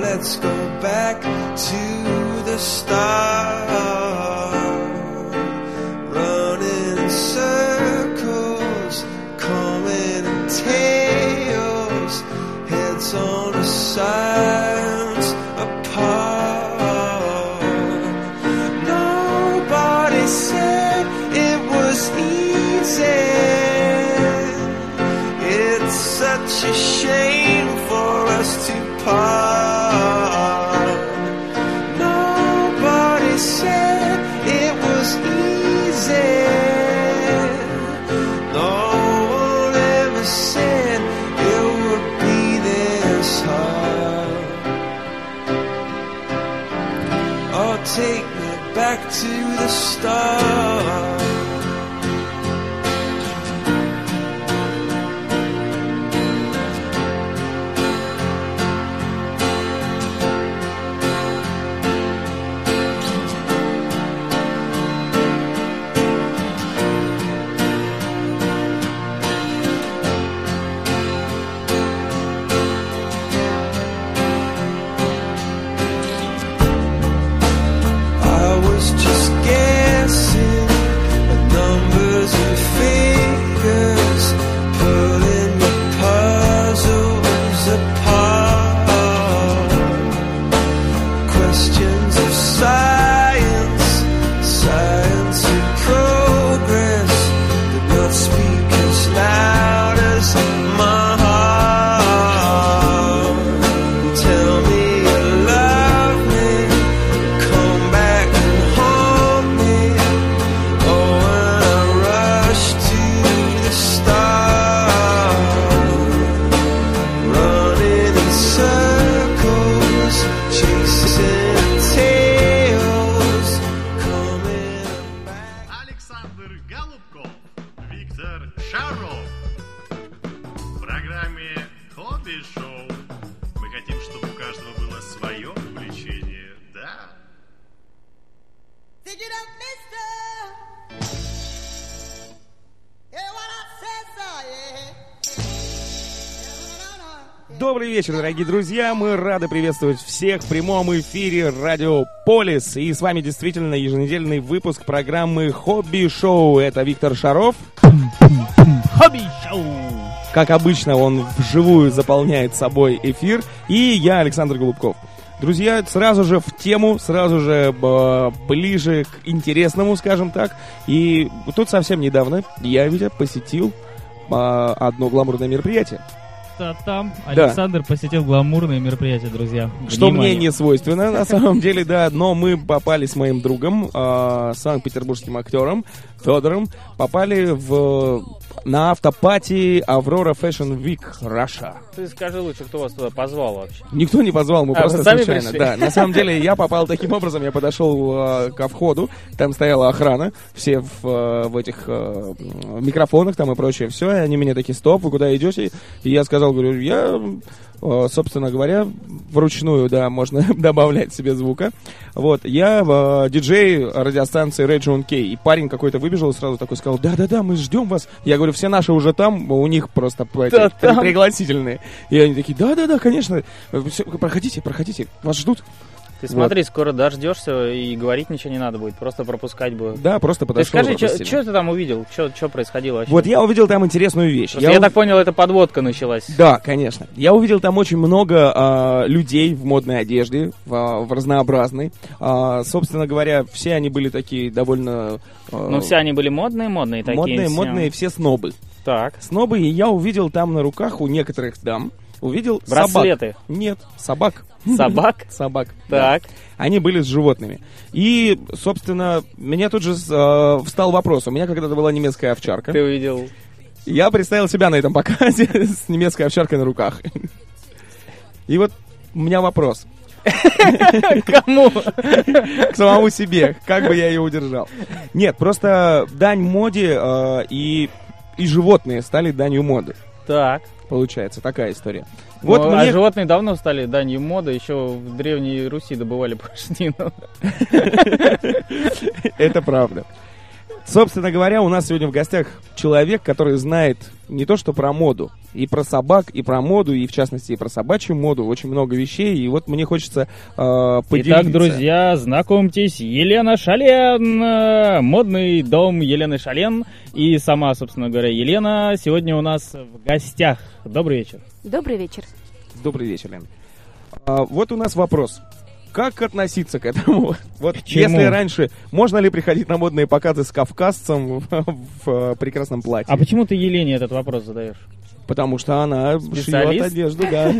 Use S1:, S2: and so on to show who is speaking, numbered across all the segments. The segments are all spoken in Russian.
S1: Let's go back to the start. Running in circles, coming in tails, heads on the sides apart. Nobody said it was easy. It's such a shame for us to part. Nobody said it was easy. No one ever said it would be this hard. Oh, take me back to the start. I was just guessing at numbers and figures, pulling the puzzles apart. Questions of science, science and progress, did not speak as loud as my heart. Tell me you love me. Come back and haunt me. Oh, when I rush to the start, running in circles, chasing tails, coming back.
S2: Александр Голубков, Виктор Шаров. В программе «Хобби Шоу» мы хотим, чтобы у каждого было свое увлечение. Да,
S3: Pick it up, mister. Hear what I said, sir, yeah. Yeah, no, no, no.
S4: Добрый вечер, дорогие друзья. Мы рады приветствовать всех в прямом эфире Радио Полис. И с вами действительно еженедельный выпуск программы Хобби Шоу. Это Виктор Шаров.
S5: Хобби шоу.
S4: Как обычно, он вживую заполняет собой эфир. И я, Александр Голубков. Друзья, сразу же в тему, сразу же э, ближе к интересному, скажем так. И тут совсем недавно я, Витя, посетил э, одно гламурное мероприятие.
S5: Та там
S4: Да.
S5: Александр посетил гламурное мероприятие, друзья.
S4: Что мне
S5: Внимание.
S4: не свойственно, на самом деле, да, но мы попали с моим другом, а, санкт-петербургским актером Федором, попали в, на автопати Аврора Fashion Week Russia.
S6: Ты скажи лучше, кто вас туда позвал вообще.
S4: Никто не позвал, мы
S6: А,
S4: просто
S6: вы сами
S4: случайно.
S6: пришли?
S4: Да, на самом деле я попал таким образом, я подошел э, ко входу, там стояла охрана, все в, э, в этих э, м, микрофонах там и прочее все, и они меня такие, стоп, вы куда идете? И я сказал, говорю, я, э, собственно говоря, вручную, да, можно добавлять себе звука. Вот, я э, диджей радиостанции Region K, и парень какой-то выбежал и сразу такой сказал, да-да-да, мы ждем вас. Я говорю, все наши уже там, у них просто эти,
S6: Да,
S4: при-
S6: там.
S4: пригласительные. И они такие, да-да-да, конечно, Э, всё, проходите, проходите, вас ждут.
S6: Ты смотри, скоро дождешься и говорить ничего не надо будет, просто пропускать будет.
S4: Да, просто
S6: Ты
S4: подошел.
S6: скажи,
S4: пропустили.
S6: что ты там увидел? Что происходило вообще?
S4: Вот я увидел там интересную вещь.
S6: Просто я,
S4: ув-
S6: так понял, это подводка началась.
S4: Да, конечно. Я увидел там очень много а, людей в модной одежде, в, а, в разнообразной. А, собственно говоря, все они были такие довольно... а,
S6: Ну, все они были модные, модные такие.
S4: модные,
S6: все.
S4: модные, все снобы.
S6: Так.
S4: Снобы, и я увидел там на руках у некоторых дам, увидел собак.
S6: Браслеты.
S4: Нет, собак.
S6: Собак?
S4: Собак. да.
S6: Так.
S4: Они были с животными. И, собственно, меня тут же э, встал вопрос. У меня когда-то была немецкая овчарка.
S6: Ты увидел.
S4: Я представил себя на этом показе с немецкой овчаркой на руках. И вот у меня вопрос
S6: Кому?
S4: к самому себе, как бы я ее удержал. Нет, просто дань моде э, и, и животные стали данью моды.
S6: Так.
S4: Получается, такая история. Вот
S6: Ну, А
S4: мне...
S6: животные давно стали данью моды, еще в Древней Руси добывали паштину.
S4: Это правда. Собственно говоря, у нас сегодня в гостях человек, который знает не то что про моду, и про собак, и про моду, и в частности и про собачью моду, очень много вещей, и вот мне хочется э, поделиться.
S6: Итак, друзья, знакомьтесь, Елена Шален, э, модный дом Елены Шален. И сама, собственно говоря, Елена сегодня у нас в гостях. Добрый вечер. А
S7: Добрый вечер.
S4: Добрый вечер, Лен. А, вот у нас вопрос. Как относиться к этому? Вот
S5: чему?
S4: если раньше, можно ли приходить на модные показы с кавказцем в, э, прекрасном платье?
S6: А почему ты Елене этот вопрос задаешь?
S4: Потому что она шьет
S6: Специалист?
S4: одежду, да.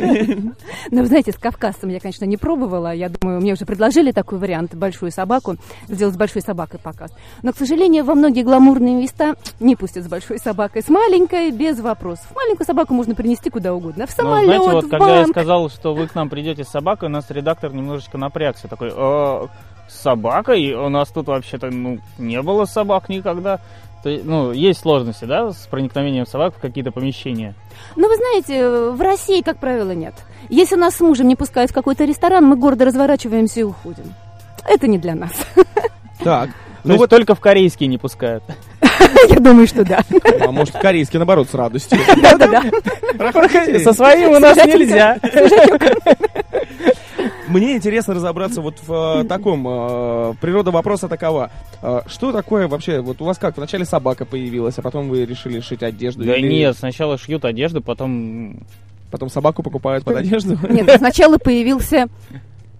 S7: Ну, вы знаете, с кавказцем я, конечно, не пробовала. Я думаю, мне уже предложили такой вариант, большую собаку, сделать с большой собакой показ. Но, к сожалению, во многие гламурные места не пустят с большой собакой. С маленькой без вопросов. Маленькую собаку можно принести куда угодно. В
S6: Ну,
S7: самолет,
S6: знаете, вот
S7: в
S6: когда я
S7: банк.
S6: сказал, что вы к нам придете с собакой, у нас редактор немножечко напрягся. Такой, «Э, с собакой? У нас тут вообще-то ну, не было собак никогда. То есть, ну, есть сложности, да, с проникновением собак в какие-то помещения.
S7: Но вы знаете, э, в России, как правило, нет. Если нас с мужем не пускают в какой-то ресторан, мы гордо разворачиваемся и уходим. Это не для нас.
S4: Так,
S6: Ну,
S4: ну вот,
S6: только в корейские не пускают.
S7: Я думаю, что да.
S4: а может, корейский, наоборот, с радостью.
S7: Да-да-да.
S6: Со своим у нас нельзя.
S4: Мне интересно разобраться вот в э, таком. э, Природа вопроса такова. Э, Что такое вообще? Вот у вас как? Вначале собака появилась, а потом вы решили шить одежду?
S6: Да
S4: или
S6: нет, сначала шьют одежду, потом...
S4: Потом собаку покупают под одежду?
S7: Нет, сначала появился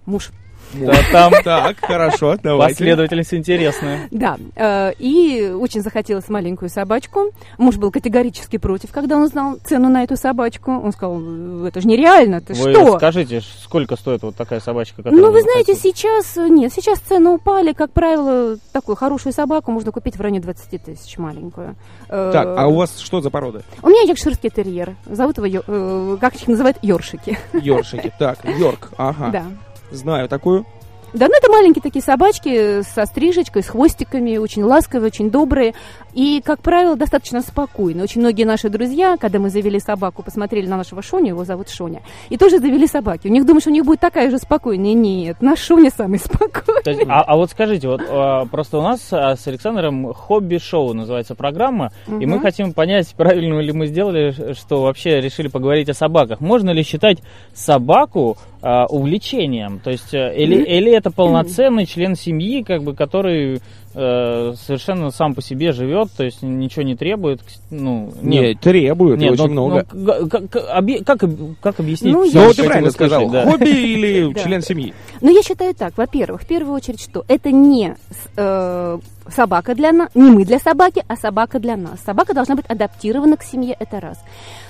S7: муж.
S6: Да, там
S4: Так, хорошо, давайте.
S6: последовательность интересная.
S7: Да, э, и очень захотелось маленькую собачку. Муж был категорически против, когда он узнал цену на эту собачку. Он сказал, «Э, это же нереально, это
S6: Вы
S7: что?
S6: скажите, сколько стоит вот такая собачка, которая...
S7: Ну, вы знаете, сейчас, э, нет, сейчас цены упали. Как правило, такую хорошую собаку можно купить в районе 20 тысяч, маленькую. Э,
S4: Так, а у вас что за порода?
S7: у меня якширский терьер. Зовут его, Ё- э, как их называют, ёршики.
S4: Йоршики. Так, Йорк, ага.
S7: Да.
S4: Знаю такую.
S7: Да, ну это маленькие такие собачки со стрижечкой, с хвостиками, очень ласковые, очень добрые и, как правило, достаточно спокойные. Очень многие наши друзья, когда мы завели собаку, посмотрели на нашего Шоню, его зовут Шоня, и тоже завели собаки. У них думаешь, у них будет такая же спокойная? Нет, наш Шоня самый спокойный.
S6: То есть, а, а вот скажите, вот а, просто у нас а, с Александром хобби-шоу называется программа, и мы
S7: Мгм.
S6: хотим понять, правильно ли мы сделали, ш- что вообще решили поговорить о собаках. Можно ли считать собаку а, увлечением? То есть, э, или, или это полноценный член семьи, как бы, который э, совершенно сам по себе живет, то есть ничего не требует, к с- ну,
S4: Не, требуют
S6: Нет,
S4: очень
S6: ну,
S4: много.
S6: ну, как, как- объ- как об- как объяснить?
S7: Ну, я-
S4: Ну,
S6: всё,
S4: вот
S6: что
S4: ты
S6: этим
S4: правильно
S6: вы слышали,
S4: сказал.
S6: да.
S4: Хобби или
S7: Да.
S4: член семьи?
S7: Но я считаю так, во-первых, в первую очередь, что это не с- э, собака для нас, не мы для собаки, а собака для нас. Собака должна быть адаптирована к семье, это раз.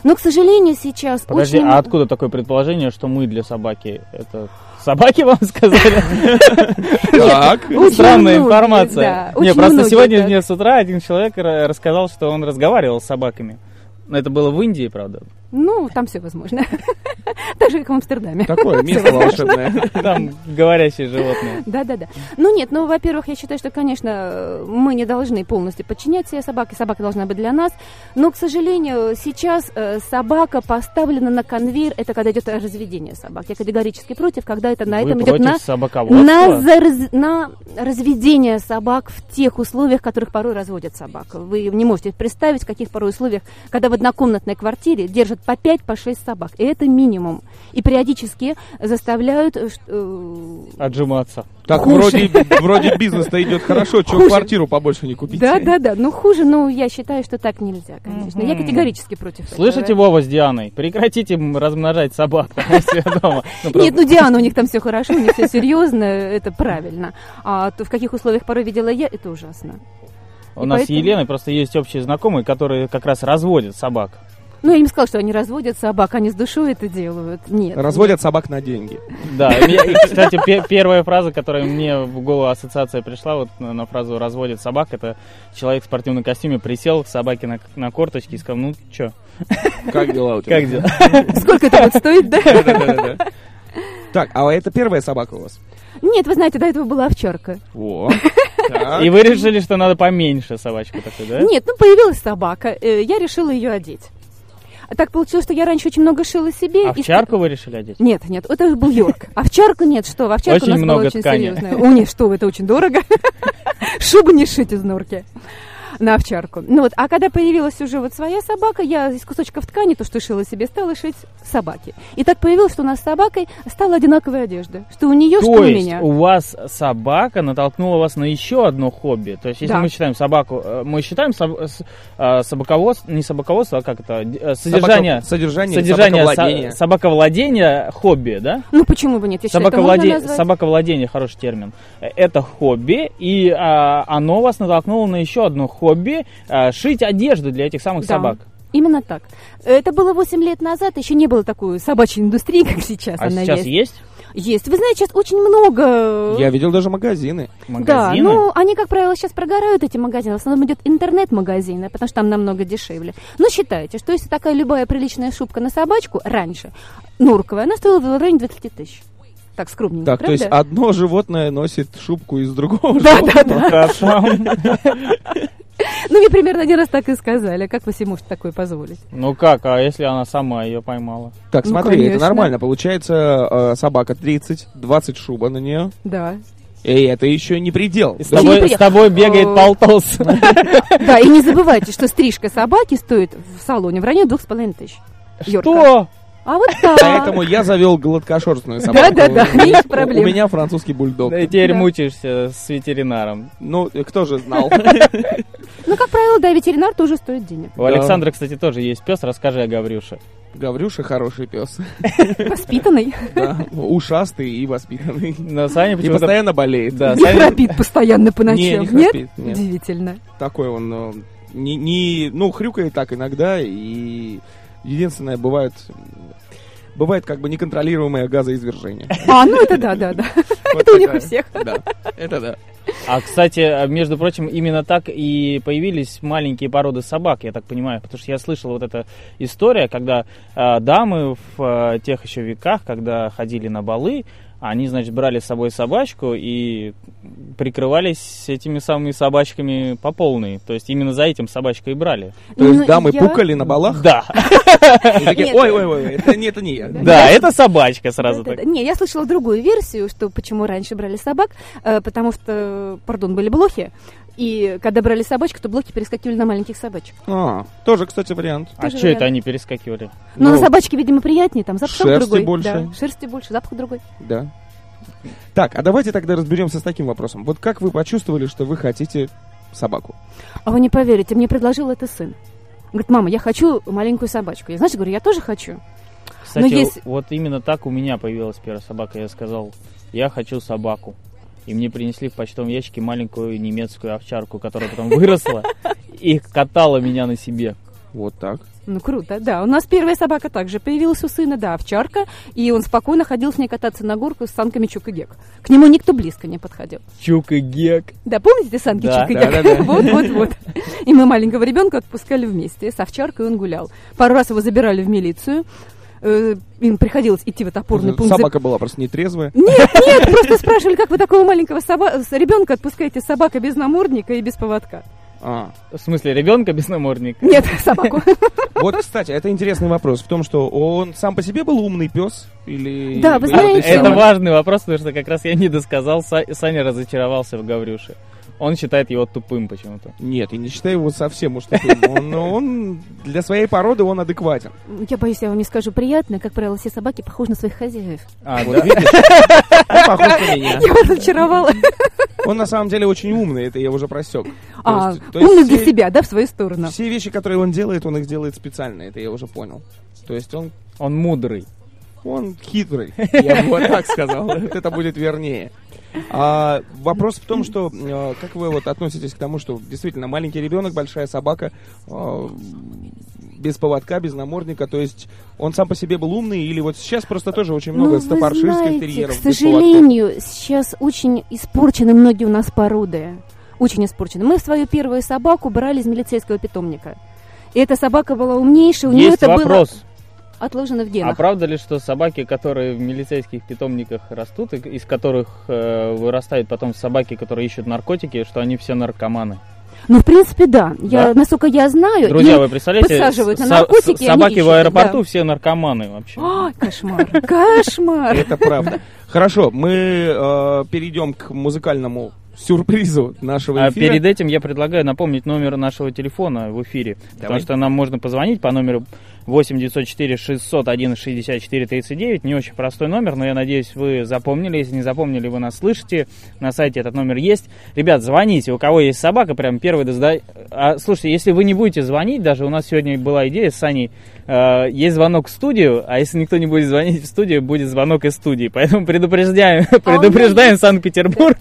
S7: Но, к сожалению, сейчас
S6: Подожди,
S7: очень...
S6: а откуда такое предположение, что мы для собаки? Это собаки вам сказали?
S4: Так.
S7: Очень
S6: Ну, Странная
S7: многие,
S6: информация.
S7: да,
S6: Не,
S7: очень
S6: просто
S7: многие,
S6: сегодня
S7: да.
S6: мне с утра один человек ра- рассказал, что он разговаривал с собаками. Но это было в Индии, правда.
S7: Ну, там все возможно. Так же, как в Амстердаме.
S4: Такое место волшебное.
S6: Там говорящие животные.
S7: Да-да-да. Ну нет, ну, во-первых, я считаю, что, конечно, э, мы не должны полностью подчинять себе собаке, собака должна быть для нас. Но, к сожалению, сейчас э, собака поставлена на конвейер, это когда идет разведение собак. Я категорически против, когда это на
S6: Вы
S7: этом идет
S6: против
S7: на... На,
S6: собаководства?
S7: зараз- на разведение собак в тех условиях, в которых порой разводят собак. Вы не можете представить, в каких порой условиях, когда в однокомнатной квартире держат по 5-6 собак. И это минимум. И периодически заставляют... э, ш- э,
S6: Отжиматься.
S4: Так
S7: Хуже.
S4: вроде, вроде бизнес-то идет хорошо, чего
S7: Хуже.
S4: квартиру побольше не купить.
S7: Да, да, да. Ну, хуже, ну, я считаю, что так нельзя, конечно. Я категорически против
S6: Слышите,
S7: этого.
S6: Вова с Дианой? Прекратите м, размножать собак там у себя дома. Ну, правда.
S7: Нет, ну Диана, у них там все хорошо, у них все серьезно, это правильно. А то в каких условиях порой видела я, это ужасно.
S6: У
S7: и
S6: нас с
S7: поэтому-
S6: Еленой просто есть общие знакомые, которые как раз разводят собак.
S7: Ну, я им сказала, что они разводят собак, они с душой это делают. Нет.
S4: Разводят собак на деньги.
S6: Да, и мне- и, кстати, пе- первая фраза, которая мне в голову ассоциация пришла, вот на, на фразу «разводит собак», это человек в спортивном костюме присел к собаке на, на корточке и сказал, ну чё,
S4: Как дела у
S6: как дела?
S7: Сколько это будет стоить, да?
S4: Да-да-да-да. Так, а это первая собака у вас?
S7: Нет, вы знаете, до этого была овчарка.
S4: О. Так.
S6: И вы решили, что надо поменьше собачку такой, да?
S7: Нет, ну появилась собака, э, я решила ее одеть. А Так получилось, что я раньше очень много шила себе. и-
S6: Овчарку А вы решили одеть?
S7: Нет, нет, это был Йорк. Овчарку нет, что вы, овчарка
S6: Очень
S7: у нас была
S6: много
S7: очень
S6: ткани.
S7: серьезная. О, нет, что вы, это очень дорого. Шубу не шить из норки. на овчарку. Ну вот, а когда появилась уже вот своя собака, я из кусочков ткани, то, что шила себе, стала шить собаки. И так появилось, что у нас с собакой стала одинаковая одежда. Что у нее, ну, что
S6: То
S7: у
S6: есть
S7: меня.
S6: у вас собака натолкнула вас на еще одно хобби. То есть если
S7: Да.
S6: мы считаем собаку, э, мы считаем соб- с- э, собаководство, не собаководство, а как это, Д- э, содержание,
S4: Собако- Содержание.
S6: содержание со-
S4: собаковладение.
S6: собаковладения хобби, да?
S7: Ну почему бы нет? Я считаю, это можно
S6: Собаковладе-
S7: назвать.
S6: Собаковладение хороший термин. Э, Это хобби, и а, оно вас натолкнуло на еще одно хобби а, шить одежду для этих самых
S7: Да.
S6: собак.
S7: Именно так. Это было 8 лет назад, еще не было такой собачьей индустрии, как сейчас
S6: А
S7: она
S6: сейчас
S7: есть.
S6: есть,
S7: Есть. Вы знаете, сейчас очень много э,
S4: Я видел даже магазины.
S6: магазины?
S7: Да, ну, они, как правило, сейчас прогорают, эти магазины. В основном идет интернет-магазины, потому что там намного дешевле. Но считайте, что если такая любая приличная шубка на собачку раньше, норковая, она стоила в районе 20 тысяч. Так скромненько,
S4: Так, то
S7: правда?
S4: есть а одно животное носит шубку из другого
S7: Да,
S4: животного.
S7: да, да.
S6: Хорошо.
S7: Ну, мне примерно один раз так и сказали. Как вы себе можете такое позволить?
S6: Ну как, а если она сама ее поймала?
S4: Так,
S7: Ну,
S4: смотри, это
S7: конечно.
S4: нормально. Получается, э, собака 30, 20 шуба на нее.
S7: Да.
S4: И это еще не предел.
S6: И с
S7: Да я не
S6: тобой,
S7: поняла.
S6: с тобой бегает
S7: Э,
S6: полтос.
S7: Да, и не забывайте, что стрижка собаки стоит в салоне в районе 2,5 тысяч. Юрка.
S6: Что?
S7: А вот так.
S4: Поэтому я завел гладкошерстную собаку.
S7: Да-да-да,
S4: У меня-
S7: нет проблем.
S4: У меня французский бульдог.
S6: Да и Теперь
S7: Да.
S6: мутишься с ветеринаром.
S4: Ну, э, кто же знал?
S7: Ну, как правило, да, ветеринар тоже стоит денег.
S6: У
S4: Да.
S6: Александра, кстати, тоже есть пес. Расскажи о Гаврюше.
S4: Гаврюша хороший пес.
S7: Воспитанный.
S4: Да, ушастый и воспитанный.
S6: Но Саня
S4: И
S6: почему-то...
S4: постоянно болеет.
S6: Да,
S7: Не
S6: Саня-
S7: храпит постоянно по
S4: Не,
S7: ночам.
S4: не
S7: Нет?
S4: храпит, нет.
S7: Удивительно.
S4: Такой он, э, не, не- ну, хрюкает так иногда, и единственное, бывает, м, бывает как бы неконтролируемое газоизвержение.
S7: А, ну это да, да, да.
S4: Вот
S7: Это у них
S4: такая.
S7: у всех.
S4: Да, это да.
S6: А, кстати, между прочим, именно так и появились маленькие породы собак, я так понимаю. Потому что я слышал вот эта история, когда э, дамы в э, тех еще веках, когда ходили на балы, они, значит, брали с собой собачку и прикрывались этими самыми собачками по полной. То есть именно за этим собачкой и брали.
S4: То
S7: Ну,
S4: есть дамы
S7: я-
S4: пукали на балах,
S6: Да,
S4: и такие,
S7: Нет.
S4: ой-ой-ой, это не, это не я.
S6: да, это собачка сразу
S7: Да-да-да.
S6: так.
S7: Не, я слышала другую версию, что почему раньше брали собак, э, потому что, пардон, были блохи. И когда брали собачек, то блохи перескакивали на маленьких собачек.
S4: А, тоже, кстати, вариант.
S6: А
S7: Тоже
S6: что это
S7: вариант.
S6: они перескакивали?
S7: Но
S4: Ну,
S7: на собачке, видимо, приятнее, там запах
S4: шерсти
S7: другой.
S4: больше.
S7: Да, шерсти больше, запах другой.
S4: Да. Так, а давайте тогда разберемся с таким вопросом. Вот как вы почувствовали, что вы хотите собаку?
S7: А вы не поверите, мне предложил это сын. Говорит, мама, я хочу маленькую собачку. Я, знаешь, говорю, я тоже хочу.
S6: Кстати,
S7: есть-
S6: вот именно так у меня появилась первая собака. Я сказал, я хочу собаку. И мне принесли в почтовом ящике маленькую немецкую овчарку, которая потом выросла и катала меня на себе.
S4: Вот так.
S7: Ну, круто, да. У нас первая собака также появилась у сына, да, овчарка. И он спокойно ходил с ней кататься на горку с санками Чук и Гек. К нему никто близко не подходил.
S6: Чук и гек.
S7: Да, помните эти санки
S6: Да,
S7: Чик и
S4: да,
S7: Гек?
S4: да, да.
S7: Вот, вот, вот. И мы маленького ребенка отпускали вместе. С овчаркой он гулял. Пару раз его забирали в милицию. Э, Им приходилось идти в этот опорный пункт. за-
S4: Собака была просто нетрезвая.
S7: Нет, нет, просто спрашивали, как вы такого маленького соба- с- ребенка отпускаете собака без намордника и без поводка.
S4: А,
S6: В смысле, ребенка без намордника?
S7: Нет, собаку.
S4: Вот, кстати, это интересный вопрос. В том, что он сам по себе был умный пес или...
S7: Да, вы
S4: или
S7: знаете-
S4: самый-
S6: Это важный вопрос, потому что как раз я не досказал. Са- Саня разочаровался в Гаврюше. Он считает его тупым почему-то.
S4: Нет, я не считаю его совсем уж таким. Он, он для своей породы он адекватен.
S7: Я боюсь, я вам не скажу приятно. Как правило, все собаки похожи на своих хозяев.
S6: А,
S4: Вот
S6: да?
S4: видишь? Он похож на меня.
S7: Я вас очаровала.
S4: Он на самом деле очень умный, это я уже просек.
S7: А,
S4: есть- то есть
S7: умный
S4: все-
S7: для себя, да, в свою сторону.
S4: Все вещи, которые он делает, он их делает специально, это я уже понял. То есть он,
S6: Он мудрый.
S4: он хитрый, я бы вот так сказал. Вот Это будет вернее. А, вопрос в том, что э, как вы вот относитесь к тому, что действительно маленький ребенок, большая собака, э, без поводка, без намордника, то есть он сам по себе был умный, или вот сейчас просто тоже очень много
S7: ну, вы
S4: стопарширских
S7: знаете,
S4: терьеров
S7: К
S4: без поводка.
S7: сожалению, сейчас очень испорчены многие у нас породы. Очень испорчены. Мы свою первую собаку брали из милицейского питомника. И эта собака была умнейшая, у нее
S6: Есть
S7: Ну, это
S6: вопрос.
S7: было отложено в
S6: А
S7: генах.
S6: правда ли, что собаки, которые в милицейских питомниках растут, и- из которых э, вырастают потом собаки, которые ищут наркотики, что они все наркоманы?
S7: Ну, в принципе, да.
S6: Да?
S7: Я, Насколько я знаю...
S6: Друзья,
S7: и-
S6: вы представляете,
S7: подсаживают на
S6: со-
S7: наркотики,
S6: с-
S7: они
S6: собаки
S7: ищут, А,
S6: в аэропорту все наркоманы вообще.
S7: Ай, кошмар, кошмар.
S4: Это правда. Хорошо, мы э, перейдем к а, музыкальному сюрпризу нашего
S6: А
S4: эфира.
S6: перед этим я предлагаю напомнить номер нашего телефона в эфире. Потому
S4: Давай.
S6: что нам можно позвонить по номеру 8 904 601 64 39. Не очень простой номер, но я надеюсь, вы запомнили. Если не запомнили, вы нас слышите. На сайте этот номер есть. Ребят, звоните. У кого есть собака, прям первый дозда... А, слушайте, если вы не будете звонить, даже у нас сегодня была идея с Саней, э, есть звонок в студию, а если никто не будет звонить в студию, будет звонок из студии. Поэтому предупреждаем, предупреждаем Санкт-Петербург.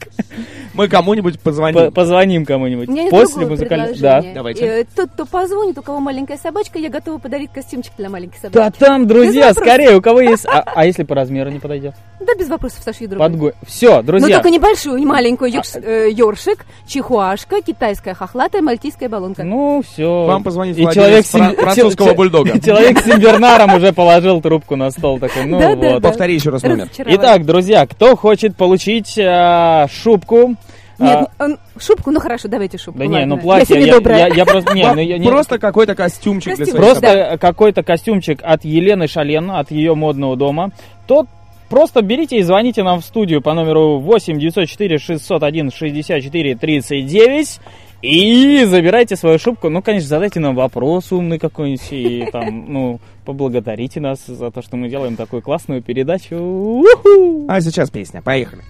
S4: Мы кому-нибудь
S6: По-
S4: позвоним.
S6: Позвоним кому-нибудь.
S7: У меня есть
S6: После
S7: другое
S6: музыкального... Да.
S7: предложение.
S4: Давайте.
S7: Э, Тот, кто позвонит, у кого маленькая собачка, я готова подарить костюмчик для маленькой
S6: Да
S7: собачки.
S6: там, друзья,
S7: вопросов.
S6: скорее, у кого есть... А, а если по размеру не подойдет?
S7: Да, без вопросов, сошью другой.
S6: Подгой. Все,
S7: Но
S6: друзья. А,
S7: только небольшую, не маленькую йорш- э, ёршик, чихуашка, китайская хохлатая, мальтийская баллонка.
S6: Ну, все.
S4: Вам позвонит
S6: И
S4: владелец
S6: человек с
S4: фран-
S6: сим-
S4: французского
S6: чел-
S4: бульдога.
S6: Человек с симбернаром уже положил трубку на стол. Такой, ну
S7: Да, да,
S6: вот.
S7: да.
S4: Повтори еще раз номер.
S7: Разочаровать.
S6: Итак, друзья, кто хочет получить а, шубку? а,
S7: Нет, он- шубку, ну хорошо, давайте шубку.
S6: да не,
S7: ладно.
S6: ну платье.
S7: Я себе
S6: Я,
S7: добрая.
S6: я- я просто... Не, ну, я, не-
S4: Просто какой-то костюмчик для своей
S6: Просто
S4: собаки.
S6: какой-то костюмчик от Елены Шален, от ее модного дома. Тот просто берите и звоните нам в студию по номеру 8 904 601 64 39 и забирайте свою шубку. Ну, конечно, задайте нам вопрос умный какой-нибудь и там, ну, поблагодарите нас за то, что мы делаем такую классную передачу. Уху!
S4: А сейчас песня. Поехали.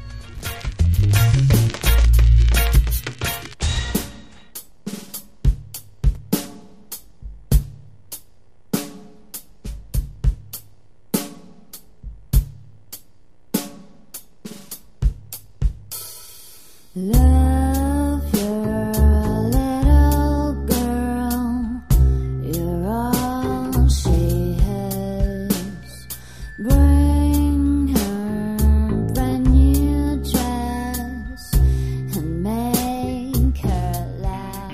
S8: Love, you're a little girl. You're all she has. Bring her brand new dress and make her laugh.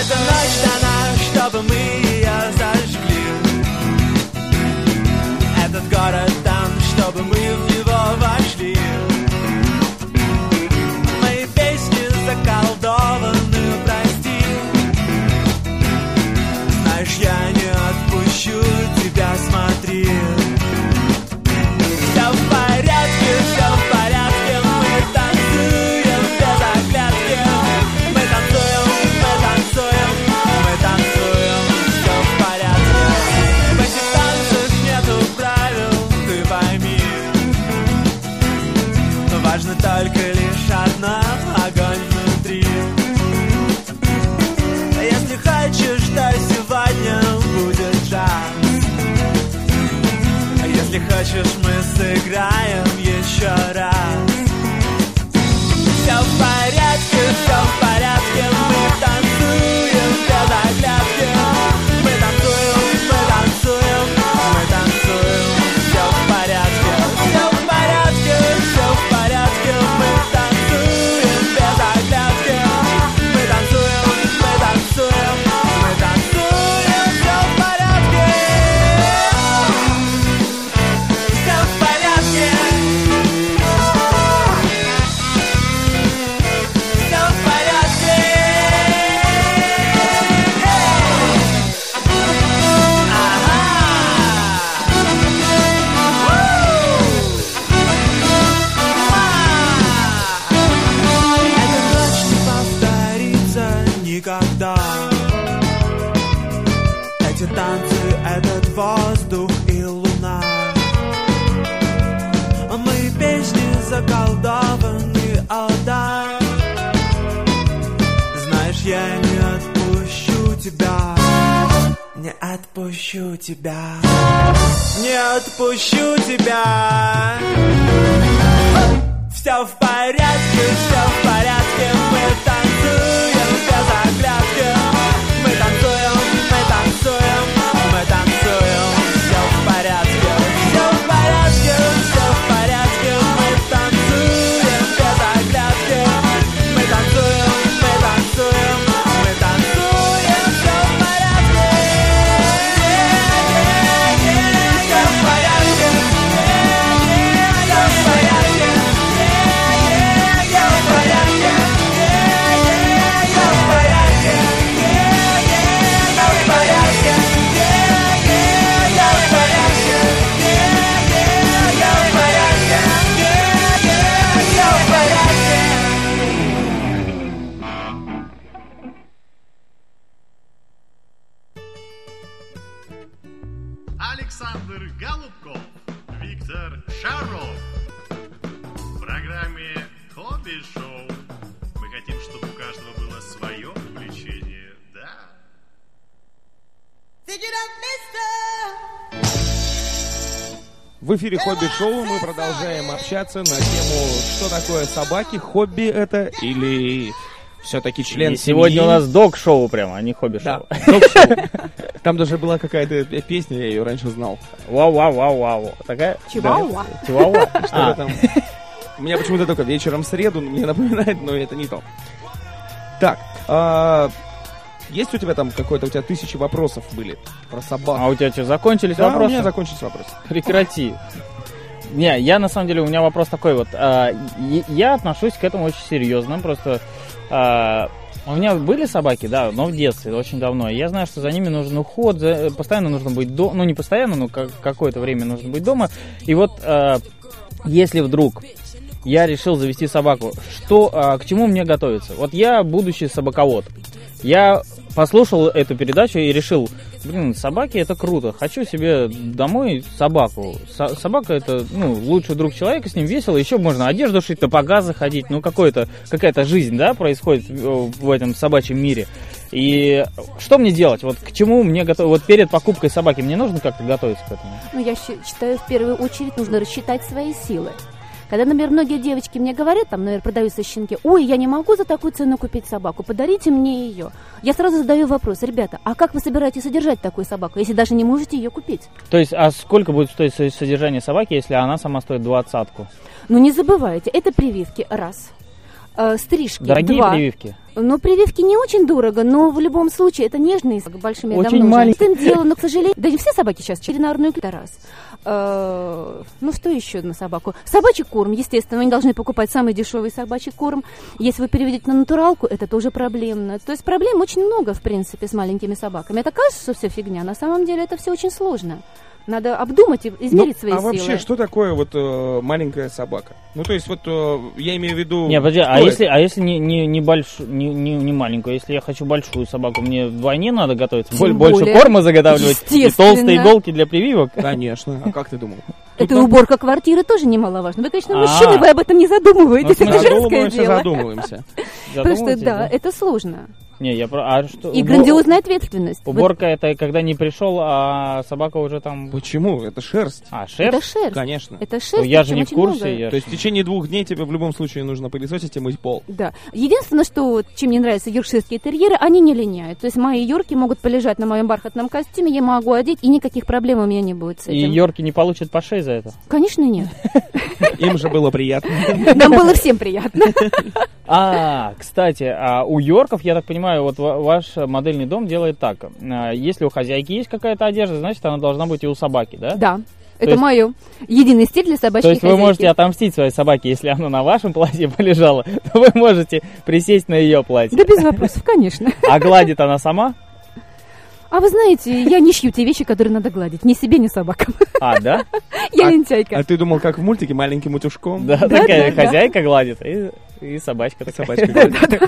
S1: Это ночь дана, чтобы мы ее зажгли Этот город там, чтобы мы в него вошли Мои песни заколдованы, прости Знаешь, я не отпущу тебя, смотри Все в порядке, все в порядке Мы танцуем без оглядки Мы танцуем, мы танцуем, мы танцуем Все в порядке В этих танцах нету правил, ты пойми Важно только лишь одно огонь внутри А Если хочешь, что сегодня будет жар а Если хочешь, мы сыграем еще раз. Все в порядке, все в порядке, мы танцуем без оглядки. Мы танцуем, мы танцуем, мы танцуем, все в порядке. Все в порядке, все в порядке, мы танцуем без оглядки. Мы танцуем, мы танцуем, мы танцуем, все в порядке. Все в порядке. Все в порядке. Эта ночь не повторится никогда. Эти танцы, этот воздух и луна. А мои песни заколдованы, о да Знаешь, я не отпущу тебя Не отпущу тебя Не отпущу тебя все в порядке, все в порядке, мы танцуем без оглядки. Мы танцуем, мы танцуем, мы танцуем, все в порядке. Все в порядке, все в порядке, мы танцуем без оглядки. Мы танцуем, мы танцуем, мы танцуем, все в порядке. Все в порядке, все в порядке. Все в порядке.
S4: В эфире хобби-шоу мы продолжаем общаться на тему, что такое собаки, хобби это или все-таки член
S6: И сегодня
S4: семьи.
S6: у нас дог-шоу прямо, а не
S4: Да,
S6: хобби-шоу.
S4: ток-шоу. Там даже была какая-то песня, я ее раньше знал.
S6: Вау-вау-вау-вау. Такая?
S7: Чивауа.
S6: Да. Чивауа.
S4: Что-то
S6: А,
S4: там. У меня почему-то только вечером в среду мне напоминает, но это не то. Так, а, есть у тебя там какое-то, у тебя тысячи вопросов были про собак.
S6: а у тебя что, закончились
S4: Да, у
S6: вопросы?
S4: меня закончился вопрос.
S6: Прекрати. Не, я на самом деле, у меня вопрос такой вот. а, и- я отношусь к этому очень серьезно, просто... а, у меня были собаки, да, но в детстве, очень давно. И Я знаю, что за ними нужен уход, за- постоянно нужно быть дома, ну не постоянно, но как- какое-то время нужно быть дома. И вот, а, если вдруг я решил завести собаку, что, а, к чему мне готовиться? Вот я будущий собаковод. Я послушал эту передачу и решил, блин, собаки это круто. Хочу себе домой собаку. Со- собака это, ну, лучший друг человека, с ним весело. Еще можно одежду шить, на пога заходить. Ну, какое-то, какая-то жизнь, да, происходит э, в этом собачьем мире. И что мне делать? Вот к чему мне готов... Вот перед покупкой собаки мне нужно как-то готовиться к этому?
S7: Ну, я щи- считаю, в первую очередь нужно рассчитать свои силы. Когда, например, многие девочки мне говорят, там, наверное, продаются щенки, ой, я не могу за такую цену купить собаку, подарите мне ее. Я сразу задаю вопрос, ребята, а как вы собираетесь содержать такую собаку, если даже не можете ее купить?
S6: То есть, а сколько будет стоить со- содержание собаки, если она сама стоит двадцатку?
S7: Но Ну, не забывайте, это прививки, раз. Э, стрижки,
S6: Дорогие
S7: два.
S6: прививки?
S7: Но прививки не очень дорого, но в любом случае это нежные с большими
S6: Очень
S7: давно уже
S6: маленькие.
S7: Тем дело, но, к сожалению, да не все собаки сейчас черенарную клетку, это раз. Э, Ну что еще на собаку? Собачий корм, естественно, вы не должны покупать самый дешевый собачий корм. Если вы переведете на натуралку, это тоже проблемно. То есть проблем очень много, в принципе, с маленькими собаками. Это кажется, что все фигня, на самом деле это все очень сложно. Надо обдумать и измерить свои
S4: а
S7: силы.
S4: вообще, что такое вот э, маленькая собака? Ну, то есть, вот э, я имею в виду...
S6: Не, подожди, а
S4: что
S6: если, а если не, не, не, больш- не, не, не маленькую, если я хочу большую собаку, мне вдвойне надо готовиться,
S7: Тем
S6: боль- больше
S7: более.
S6: корма заготавливать и
S7: Естественно.
S6: толстые иголки для прививок.
S4: это? Конечно. А как ты думал?
S7: Это и уборка квартиры тоже немаловажно. Вы, конечно,
S6: А.
S7: мужчины, вы об этом не задумываетесь.
S6: Ну,
S7: Это женское
S4: Задумываемся,
S7: дело.
S4: задумываемся.
S7: Потому что,
S6: Задумываетесь,
S7: да, это сложно.
S6: Не, я про... А что?
S7: И
S6: убор-
S7: грандиозная ответственность. Вот
S6: Уборка это когда не пришел, а собака уже там...
S4: Почему? Это шерсть.
S6: А, шерсть?
S7: Это шерсть.
S4: Конечно.
S7: Это шерсть.
S6: Ну, я же
S7: причем
S6: не в
S7: очень
S6: курсе.
S7: много.
S6: я-
S4: То есть в течение двух дней тебе в любом случае нужно пылесосить и мыть пол.
S7: Да. Единственное, что вот, чем мне нравятся юркширские терьеры, они не линяют. То есть мои юрки могут полежать на моем бархатном костюме, я могу одеть, и никаких проблем у меня не будет с
S6: И
S7: этим.
S6: Йорки не получат по шее за это.
S7: Конечно, нет.
S4: Им же было приятно.
S7: Нам было всем приятно.
S6: А, кстати, а у Йорков, я так понимаю, вот ва- ваш модельный дом делает так. А, Если у хозяйки есть какая-то одежда, значит, она должна быть и у собаки, да?
S7: Да. Это
S6: есть-
S7: мое. Единый стиль для собачьей
S6: То есть вы
S7: хозяйки.
S6: можете отомстить своей собаке, если она на вашем платье полежала, то вы можете присесть на ее платье.
S7: Да без вопросов, конечно.
S6: А гладит она сама?
S7: А вы знаете, я не шью те вещи, которые надо гладить. Ни себе, ни собакам.
S6: А, да?
S7: Я
S4: А-
S7: лентяйка.
S4: А ты думал, как в мультике, маленьким утюжком?
S6: Да, такая
S7: да, да.
S6: хозяйка гладит, и, и собачка такая.
S4: Собачка гладит.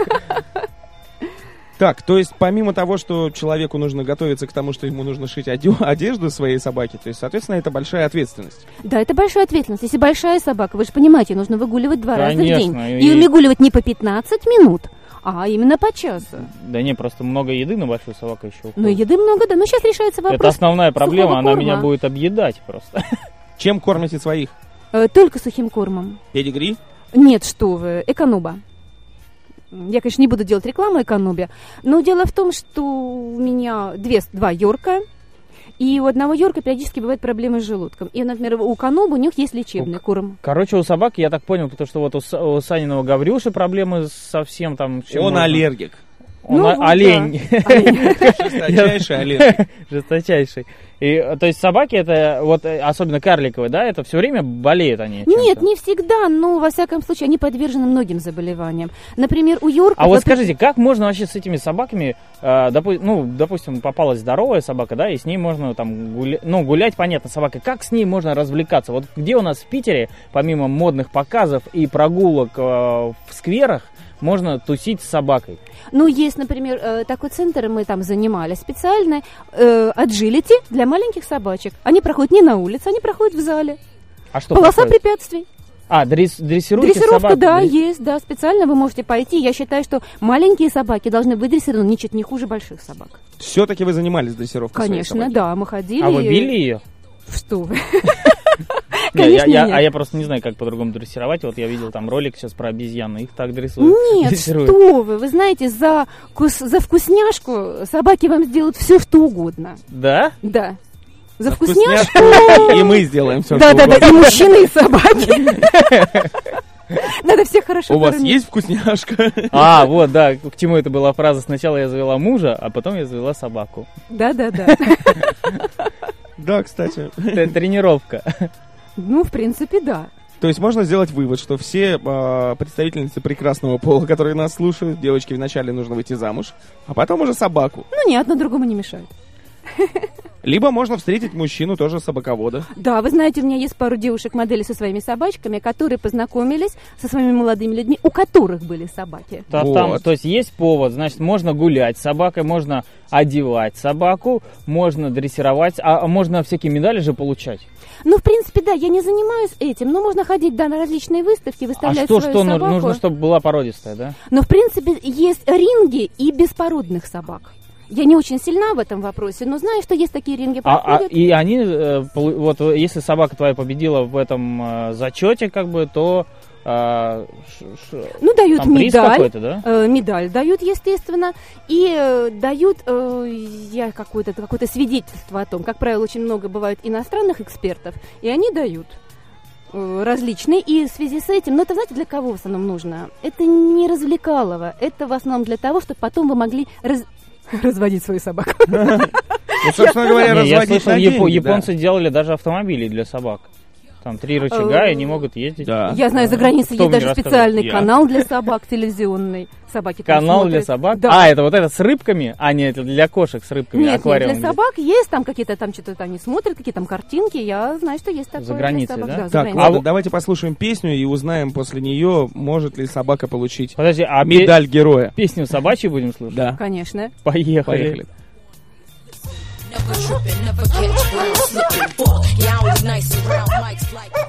S4: Так, то есть помимо того, что человеку нужно готовиться к тому, что ему нужно шить оде- одежду своей собаке, то есть, соответственно, это большая ответственность.
S7: Да, это большая ответственность. Если большая собака, вы же понимаете, ее нужно выгуливать два раза в
S6: Конечно,
S7: день.
S6: и-
S7: И выгуливать не по 15 минут, а именно по часу.
S6: Да не, просто много еды на большую собаку еще
S7: Но
S6: уходит.
S7: еды много, да. Но сейчас решается
S6: Это
S7: вопрос.
S6: основная проблема, она
S7: корма.
S6: меня будет объедать просто.
S4: Чем кормите своих?
S7: Э, Только сухим кормом.
S4: Педигри?
S7: Нет, что вы, эконуба. Я, конечно, не буду делать рекламу эконубе, но дело в том, что у меня две, два Йорка, и у одного Йорка периодически бывают проблемы с желудком. И, например, у канубы у них есть лечебный корм.
S6: Короче, у собак, я так понял, потому что вот у, Са- у Саниного Гаврюши проблемы совсем там... чем
S4: Он
S6: можно-
S4: аллергик.
S6: Он
S7: Ну,
S6: о-
S7: да.
S6: олень.
S4: Жесточайший аллергик.
S6: Жесточайший. И, э, то есть собаки это, вот э, особенно карликовые, да, это все время болеют они. чем-то.
S7: Нет, не всегда, но во всяком случае они подвержены многим заболеваниям. Например, у Йорка...
S6: А вот скажите, как можно вообще с этими собаками, э, допу- ну, допустим, попалась здоровая собака, да, и с ней можно там гулять, ну, гулять, понятно, собака, как с ней можно развлекаться? Вот где у нас в Питере, помимо модных показов и прогулок э, в скверах, можно тусить с собакой?
S7: Ну, есть, например, э, такой центр, мы там занимались специально, э, agility для маленьких собачек. Они проходят не на улице, они проходят в зале.
S6: А что
S7: Полоса
S6: происходит?
S7: препятствий.
S6: А, дресс- дрессируете
S7: Дрессировка,
S6: собак?
S7: да,
S6: Дресс-
S7: есть, да, специально вы можете пойти. Я считаю, что маленькие собаки должны быть дрессированы ничуть не хуже больших собак.
S4: Все-таки вы занимались дрессировкой своей
S7: Конечно,
S4: собаки.
S7: да, мы ходили.
S6: А вы били ее?
S7: Что вы?
S6: я-
S7: конечно,
S6: я-
S7: нет.
S6: а я просто не знаю, как по-другому дрессировать. Вот я видел там ролик сейчас про обезьян, их так дрессуют.
S7: Нет,
S6: дрессируют.
S7: что вы, вы знаете, за, кус- за вкусняшку собаки вам сделают все, что угодно.
S6: Да?
S7: Да. За
S4: вкусняшку?
S7: вкусняшку?
S4: И мы сделаем все,
S7: Да,
S4: что
S7: да, да,
S4: угодно.
S7: и мужчины, и собаки. Надо всех хорошо
S4: У вас
S7: кормить.
S4: есть вкусняшка?
S6: А, вот, да, к чему это была фраза. Сначала я завела мужа, а потом я завела собаку.
S7: Да, да, да.
S4: Да, кстати.
S6: Т- Тренировка.
S7: Ну, в принципе, да.
S4: То есть можно сделать вывод, что все а, представительницы прекрасного пола, которые нас слушают, девочки вначале нужно выйти замуж, а потом уже собаку.
S7: Ну, не, одно другому не мешает.
S4: Либо можно встретить мужчину тоже собаковода.
S7: Да, вы знаете, у меня есть пару девушек-моделей со своими собачками, которые познакомились со своими молодыми людьми, у которых были собаки.
S6: Та-
S4: Вот.
S6: Там, то есть есть повод, значит, можно гулять с собакой, можно одевать собаку, можно дрессировать, а а можно всякие медали же получать.
S7: Ну, в принципе, да, я не занимаюсь этим, но можно ходить да, на различные выставки,
S6: А
S7: выставлять
S6: что,
S7: свою
S6: что ну-
S7: собаку.
S6: нужно, чтобы была породистая, да?
S7: Но, в принципе, есть ринги и беспородных собак. Я не очень сильна в этом вопросе, но знаю, что есть такие ринги
S6: А- а-
S7: проходят.
S6: и они, э, полу- вот э, если собака твоя победила в этом э, зачете, как бы, то э, ш- ш-
S7: Ну, дают
S6: там приз
S7: медаль.
S6: какой-то, да?
S7: э, медаль дают, естественно, и э, дают э, я какое-то какое-то свидетельство о том, как правило, очень много бывает иностранных экспертов, и они дают э, различные, и в связи с этим, но это, знаете, для кого в основном нужно? Это не развлекалово, это в основном для того, чтобы потом вы могли раз- разводить свою собаку.
S4: Ну, собственно говоря,
S6: Не, я
S4: разводить
S6: слышал,
S4: на
S6: япо-
S4: деньги, да.
S6: японцы делали даже автомобили для собак. Там три рычага, и они могут ездить.
S4: Да.
S7: Я знаю, за
S6: А
S7: границей
S6: Кто
S7: есть
S6: мне
S7: даже
S6: рассказывал?
S7: специальный
S4: Я.
S7: канал для собак телевизионный. Собаки там
S6: Канал для
S7: смотрят.
S6: собак?
S7: Да.
S6: А, это вот это с рыбками? А, нет, это для кошек с рыбками,
S7: Нет, нет,
S6: аквариум.
S7: для собак есть там какие-то там что-то они смотрят, какие там картинки. Я знаю, что есть такое. для
S6: границей,
S7: собак.
S6: да?
S7: за
S4: Так,
S7: границей.
S4: ладно,
S6: А
S4: давайте послушаем песню и узнаем после нее, может ли собака получить
S6: Подожди, а пе-
S4: медаль героя.
S6: песню собачью будем слушать?
S4: Да.
S7: Конечно.
S6: Поехали.
S4: Поехали.
S9: Never tripping, never catch feelings. Looking bored, yeah, I was nice around mics like.